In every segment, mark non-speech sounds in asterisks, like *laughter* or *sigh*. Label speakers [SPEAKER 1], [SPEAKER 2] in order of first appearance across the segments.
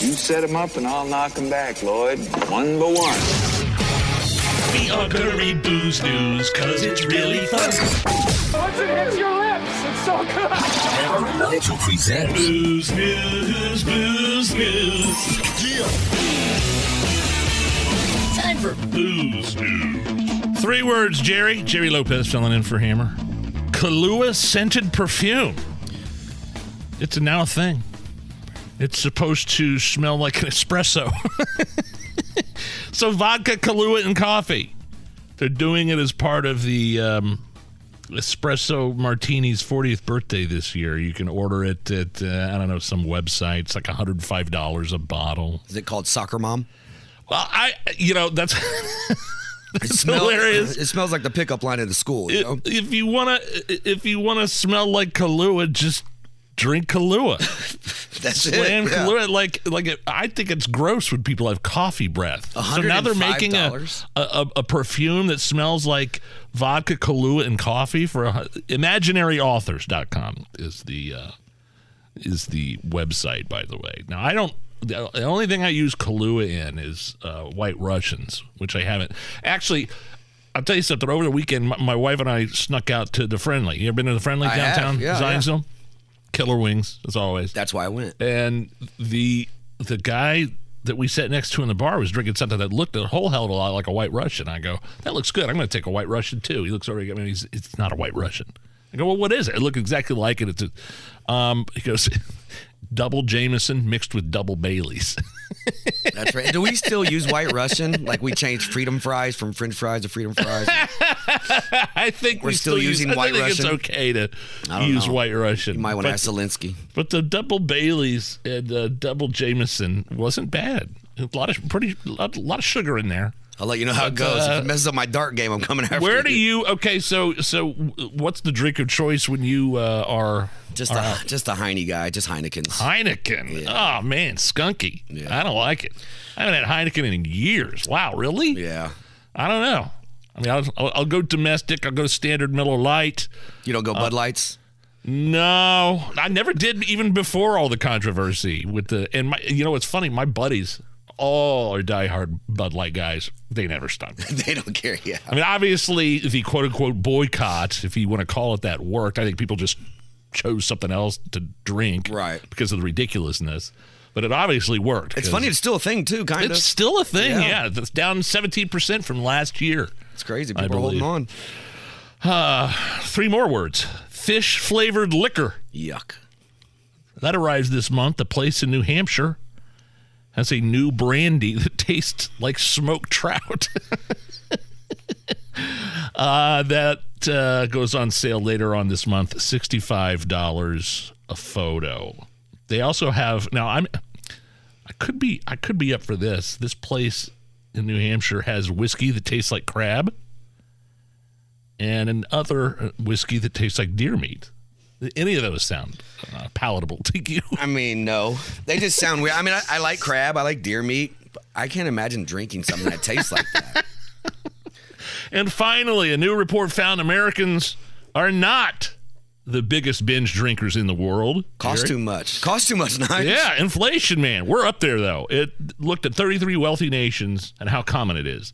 [SPEAKER 1] You set 'em up and I'll knock 'em back, Lloyd. One by one.
[SPEAKER 2] The Augury Booze News, cause it's really fun.
[SPEAKER 3] Once it hits your lips, it's so good.
[SPEAKER 4] Nigel presents
[SPEAKER 2] Booze News, Booze News.
[SPEAKER 4] Time for
[SPEAKER 2] Booze News. Three words, Jerry. Jerry Lopez filling in for Hammer. Kahlua scented perfume. It's a now thing. It's supposed to smell like an espresso. *laughs* so vodka, Kahlua, and coffee. They're doing it as part of the um, espresso martini's 40th birthday this year. You can order it at uh, I don't know some website. It's like 105 dollars a bottle.
[SPEAKER 5] Is it called Soccer Mom?
[SPEAKER 2] Well, I you know that's *laughs*
[SPEAKER 5] It
[SPEAKER 2] hilarious.
[SPEAKER 5] It smells uh, like the pickup line at the school. *laughs* You know?
[SPEAKER 2] if you wanna if you wanna smell like Kahlua, just drink Kahlua.
[SPEAKER 5] That's it.
[SPEAKER 2] Slam
[SPEAKER 5] yeah.
[SPEAKER 2] Kahlua like like it, I think it's gross when people have coffee breath. So now they're making a,
[SPEAKER 5] $105.
[SPEAKER 2] a a- a perfume that smells like vodka, Kahlua, and coffee for a, hu- imaginaryauthors.com is the uh, is the website. By the way, now I don't. The the only thing I use Kahlua in is uh, White Russians, which I haven't actually. I'll tell you something. Over the weekend, my, my wife and I snuck out to the Friendly. You ever been to the Friendly
[SPEAKER 5] I have,
[SPEAKER 2] downtown
[SPEAKER 5] yeah, yeah.
[SPEAKER 2] Zionsville? Killer wings, as always
[SPEAKER 5] That's why I went.
[SPEAKER 2] and the the guy that we sat next to in the bar was drinking something that looked a whole hell of a lot like a White Russian. I go, that looks good. I'm going to take a White Russian too. He looks over at me. He's, it's not a White Russian. I go, well, what is it? It looked exactly like it. It's a, um, *laughs* he goes, double Jameson mixed with double Baileys. *laughs*
[SPEAKER 5] That's right. Do we still use White Russian? Like we changed freedom fries from French fries to freedom
[SPEAKER 2] *laughs*
[SPEAKER 5] fries?
[SPEAKER 2] I think
[SPEAKER 5] We're
[SPEAKER 2] we
[SPEAKER 5] still
[SPEAKER 2] use-
[SPEAKER 5] using
[SPEAKER 2] I
[SPEAKER 5] White
[SPEAKER 2] think It's
[SPEAKER 5] Russian?
[SPEAKER 2] okay to
[SPEAKER 5] I don't
[SPEAKER 2] use
[SPEAKER 5] know.
[SPEAKER 2] White Russian.
[SPEAKER 5] You might want
[SPEAKER 2] But-
[SPEAKER 5] to ask Zelensky.
[SPEAKER 2] But the double Baileys and uh, double Jameson wasn't bad. A lot of pretty, a lot, lot of sugar in there.
[SPEAKER 5] I'll let you know how it goes. if it messes up my dart game, I'm coming after
[SPEAKER 2] uh, Where do you? Okay, so so what's the drink of choice when you uh, are
[SPEAKER 5] Just
[SPEAKER 2] are
[SPEAKER 5] a just a Heine guy, just Heineken's.
[SPEAKER 2] Heineken? Oh man, skunky.
[SPEAKER 5] Yeah.
[SPEAKER 2] I don't like it. I haven't had Heineken in years. Wow, really?
[SPEAKER 5] yeah.
[SPEAKER 2] I don't know. I mean, I'll, I'll, I'll go domestic. I'll go standard Miller Light.
[SPEAKER 5] You don't go
[SPEAKER 2] Uh,
[SPEAKER 5] Bud Lights. *laughs*
[SPEAKER 2] No, I never did even before all the controversy with the and my. You know, it's funny. My buddies all are diehard Bud Light guys. They never stopped.
[SPEAKER 5] They don't care. Yeah.
[SPEAKER 2] I mean, obviously, the quote unquote boycott, if you want to call it that, worked. I think people just chose something else to drink
[SPEAKER 5] Right.
[SPEAKER 2] because of the ridiculousness. But it obviously worked.
[SPEAKER 5] It's
[SPEAKER 2] 'cause
[SPEAKER 5] funny. It's still a thing too. Kind
[SPEAKER 2] It's
[SPEAKER 5] of.
[SPEAKER 2] still a thing.
[SPEAKER 5] Yeah.
[SPEAKER 2] Yeah. That's down 17% from last year.
[SPEAKER 5] It's crazy.
[SPEAKER 2] I
[SPEAKER 5] People are holding on.
[SPEAKER 2] Three more words fish flavored liquor.
[SPEAKER 5] Yuck.
[SPEAKER 2] That arrives this month. A place in New Hampshire has a new brandy that tastes like smoked trout. *laughs* uh, that uh, goes on sale later on this month. $65 a photo. They also have now I'm I could be I could be up for this. This place in New Hampshire has whiskey that tastes like crab and another whiskey that tastes like deer meat. Any of those sound uh, palatable to you?
[SPEAKER 5] I mean, no. They just sound weird. I mean, I, I like crab. I like deer meat. But I can't imagine drinking something that tastes like
[SPEAKER 2] *laughs*
[SPEAKER 5] that.
[SPEAKER 2] And finally, a new report found Americans are not the biggest binge drinkers in the world.
[SPEAKER 5] Cost too much. Cost too much. Nine.
[SPEAKER 2] Yeah, inflation, man. We're up there, though. It looked at 33 wealthy nations and how common it is.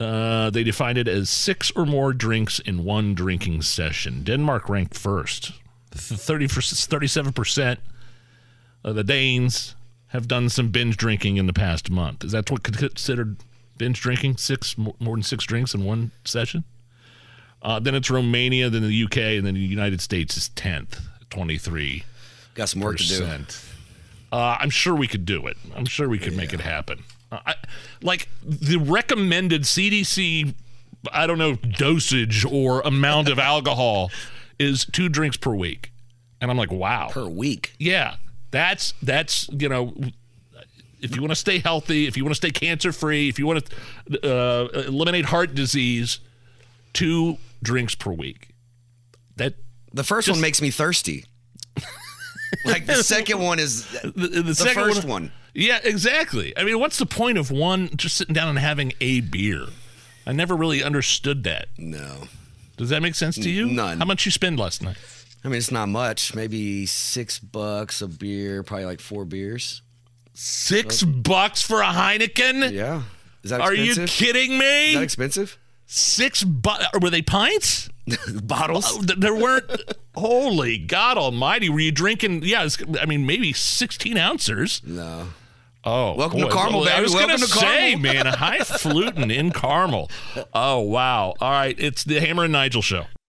[SPEAKER 2] Uh, they defined it as six or more drinks in one drinking session. Denmark ranked first. 30, 37%. Uh, the Danes have done some binge drinking in the past month. Is that what could considered binge drinking? Six more more than six drinks in one session? Uh, then it's Romania, then the UK, and then the United States is 10th, 23
[SPEAKER 5] Got some work to do.
[SPEAKER 2] percent. Uh, I'm sure we could do it. I'm sure we could make it happen. Uh, I, like the recommended CDC, I don't know dosage or amount *laughs* of alcohol is two drinks per week, and I'm like, wow,
[SPEAKER 5] Per week.
[SPEAKER 2] yeah, That's that's you know, if you want to stay healthy, if you want to stay cancer free, if you want to uh, eliminate heart disease, two drinks per week. That
[SPEAKER 5] The first one makes
[SPEAKER 2] *laughs*
[SPEAKER 5] me thirsty. like the second one is
[SPEAKER 2] the, the, second
[SPEAKER 5] first one.
[SPEAKER 2] Yeah, exactly. I mean, what's the point of one just sitting down and having a beer? I never really understood that.
[SPEAKER 5] no.
[SPEAKER 2] Does that make sense to you?
[SPEAKER 5] None.
[SPEAKER 2] How much you spend last night?
[SPEAKER 5] I mean, it's not much. Maybe six bucks a beer, probably like four beers.
[SPEAKER 2] Six bucks for a Heineken?
[SPEAKER 5] Yeah. Is that
[SPEAKER 2] Are
[SPEAKER 5] expensive?
[SPEAKER 2] you kidding
[SPEAKER 5] Is that
[SPEAKER 2] me? *laughs*
[SPEAKER 5] expensive?
[SPEAKER 2] Six bucks? Were they pints?
[SPEAKER 5] Bottles?
[SPEAKER 2] Oh, th- there
[SPEAKER 5] *laughs*
[SPEAKER 2] weren't. holy God Almighty! Were you drinking? Yeah, it's, I mean, maybe sixteen ounces.
[SPEAKER 5] No.
[SPEAKER 2] Oh,
[SPEAKER 5] Welcome to Carmel,
[SPEAKER 2] Well, I
[SPEAKER 5] baby.
[SPEAKER 2] was
[SPEAKER 5] Welcome
[SPEAKER 2] gonna
[SPEAKER 5] to
[SPEAKER 2] say,
[SPEAKER 5] Carmel.
[SPEAKER 2] man,
[SPEAKER 5] *laughs*
[SPEAKER 2] high fluting in Carmel. Oh wow! All right, it's the Hammer and Nigel show.